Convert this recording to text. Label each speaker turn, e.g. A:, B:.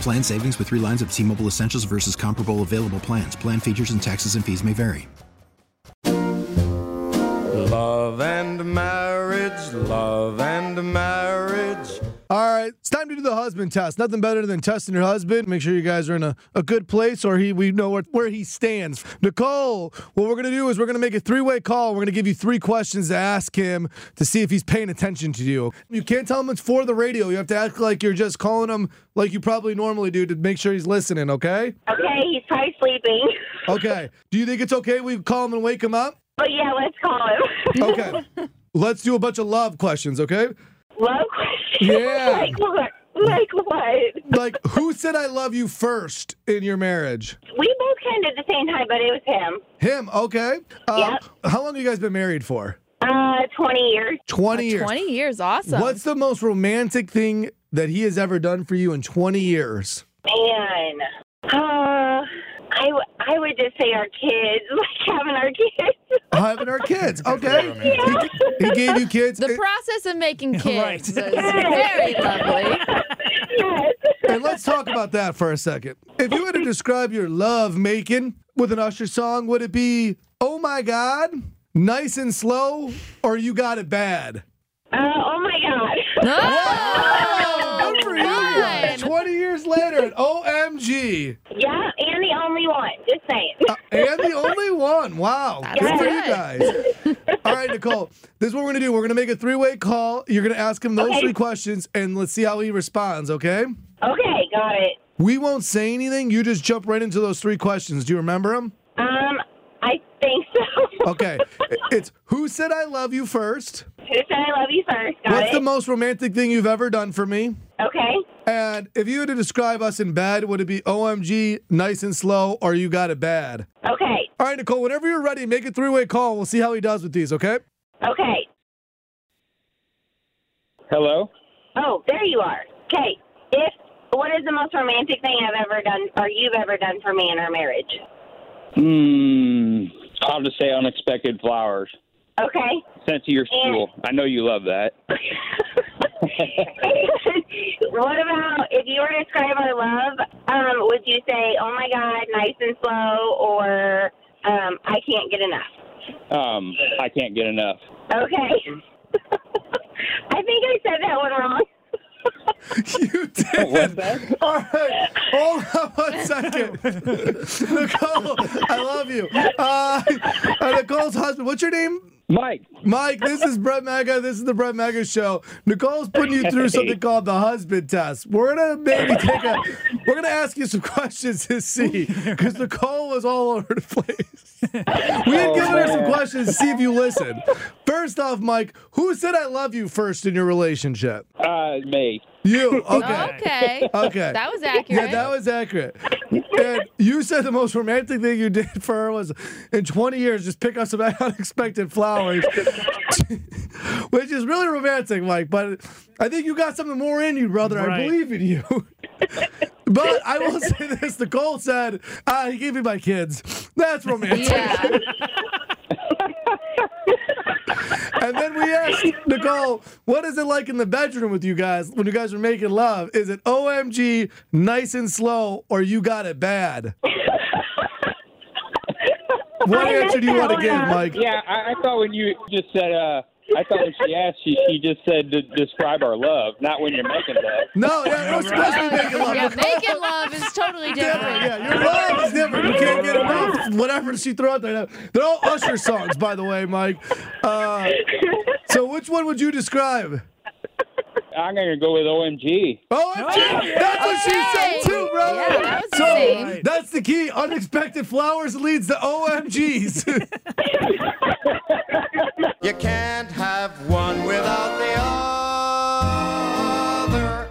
A: Plan savings with three lines of T Mobile Essentials versus comparable available plans. Plan features and taxes and fees may vary.
B: Love and marriage, love and marriage.
C: All right, it's time to do the husband test. Nothing better than testing your husband. Make sure you guys are in a, a good place or he we know where, where he stands. Nicole, what we're going to do is we're going to make a three way call. We're going to give you three questions to ask him to see if he's paying attention to you. You can't tell him it's for the radio. You have to act like you're just calling him like you probably normally do to make sure he's listening, okay?
D: Okay, he's probably sleeping.
C: Okay. Do you think it's okay we call him and wake him up?
D: But yeah, let's call him.
C: Okay. Let's do a bunch of love questions, okay?
D: Love question.
C: Yeah.
D: like what? Like what?
C: Like, who said I love you first in your marriage?
D: We both kind of at the same time, but it was him.
C: Him, okay. Um,
D: Yep.
C: How long have you guys been married for?
D: Uh, 20 years.
C: 20 years.
E: 20 years, awesome.
C: What's the most romantic thing that he has ever done for you in 20 years?
D: Man. Uh, I, w- I would just say our kids. Like having our kids.
C: Uh, Having our kids, okay.
D: romantic.
C: He, he gave you kids.
E: the
C: And-
E: process of making
F: Right.
E: kids is very lovely.
D: yes.
C: and let's talk about that for a second. If you had to describe your love making with an Usher song, would it be, oh my God, nice and slow, or you got it bad?
D: Uh, oh my God.
E: Oh,
C: Good for you guys.
E: fun.
C: 20 years later, and OMG.
D: yeah, and the only one. Just saying.
C: Uh. And the only one. Wow. Good for you guys. All right, Nicole. This is what we're going to do. We're going to make a three way call. You're going to ask him those
D: Okay.
C: three questions, and let's see how he responds, okay?
D: Okay, got it.
C: We won't say anything. You just jump right into those three questions. Do you remember them?
D: Um, I think so.
C: Okay. It's who said I love you first?
D: Who said I love you first? Got
C: What's
D: it.
C: the most romantic thing you've ever done for me?
D: okay.
C: And if you had to describe us in bed, would it be OMG, nice and slow, or you got it bad?
D: Okay.
C: All right, Nicole, whenever you're ready, make a three way call. We'll see how he does with these, okay?
D: Okay.
G: Hello.
D: Oh, there you are. Okay. If what is the most romantic thing I've ever done or you've ever done for me in our marriage?
G: Hmm. I'll just say unexpected flowers
D: Okay.
G: sent to your school. I know you love that.
D: what about if you were to describe our love, um, would you say, Oh my god, nice and slow or um, I can't get enough?
G: Um, I can't get enough.
D: Okay. I think I said that one wrong.
C: You did. All right. Hold on one second. Nicole, I love you. Uh, uh, Nicole's husband, what's your name?
G: Mike,
C: Mike, this is Brett Mega. This is the Brett Mega Show. Nicole's putting you through something called the husband test. We're gonna maybe take a. We're gonna ask you some questions to see because Nicole was all over the place. We had given her some questions to see if you listen. First off, Mike, who said "I love you" first in your relationship?
G: uh, me.
C: You. Okay.
E: Oh, Okay.
C: Okay.
E: That was
C: Yeah,
E: accurate.
C: that was accurate. And you said the most romantic thing you did for her was in 20 years, just pick up some unexpected flowers, which is really romantic, Mike. But I think you got something more in you, brother. I
F: Right.
C: believe in you. but I will say this Nicole said, ah, he gave me my kids. That's romantic.
E: yeah.
C: And then we asked Nicole, what is it like in the bedroom with you guys when you guys are making love? Is it OMG, nice and slow, or you got it bad? What answer do you want to give, Mike?
G: Yeah, I, I thought when you just said, uh, I thought when she asked, she, she just said to describe our love, not when you're making love.
C: No, yeah, we're supposed to be making love.
E: Yeah,
C: Nicole.
E: making love is totally
C: different.
E: different.
C: Yeah, your love is different. You can't get enough. Whatever she threw out there. They're all Usher songs, by the way, Mike. Uh, so which one would you describe?
G: I'm gonna go with OMG.
C: OMG! That's what she said
E: Oh, Hey!
C: too, bro.
E: Yeah, that was the
C: so
E: same.
C: that's the key. Unexpected flowers leads to OMGs.
B: You can't have one without the other.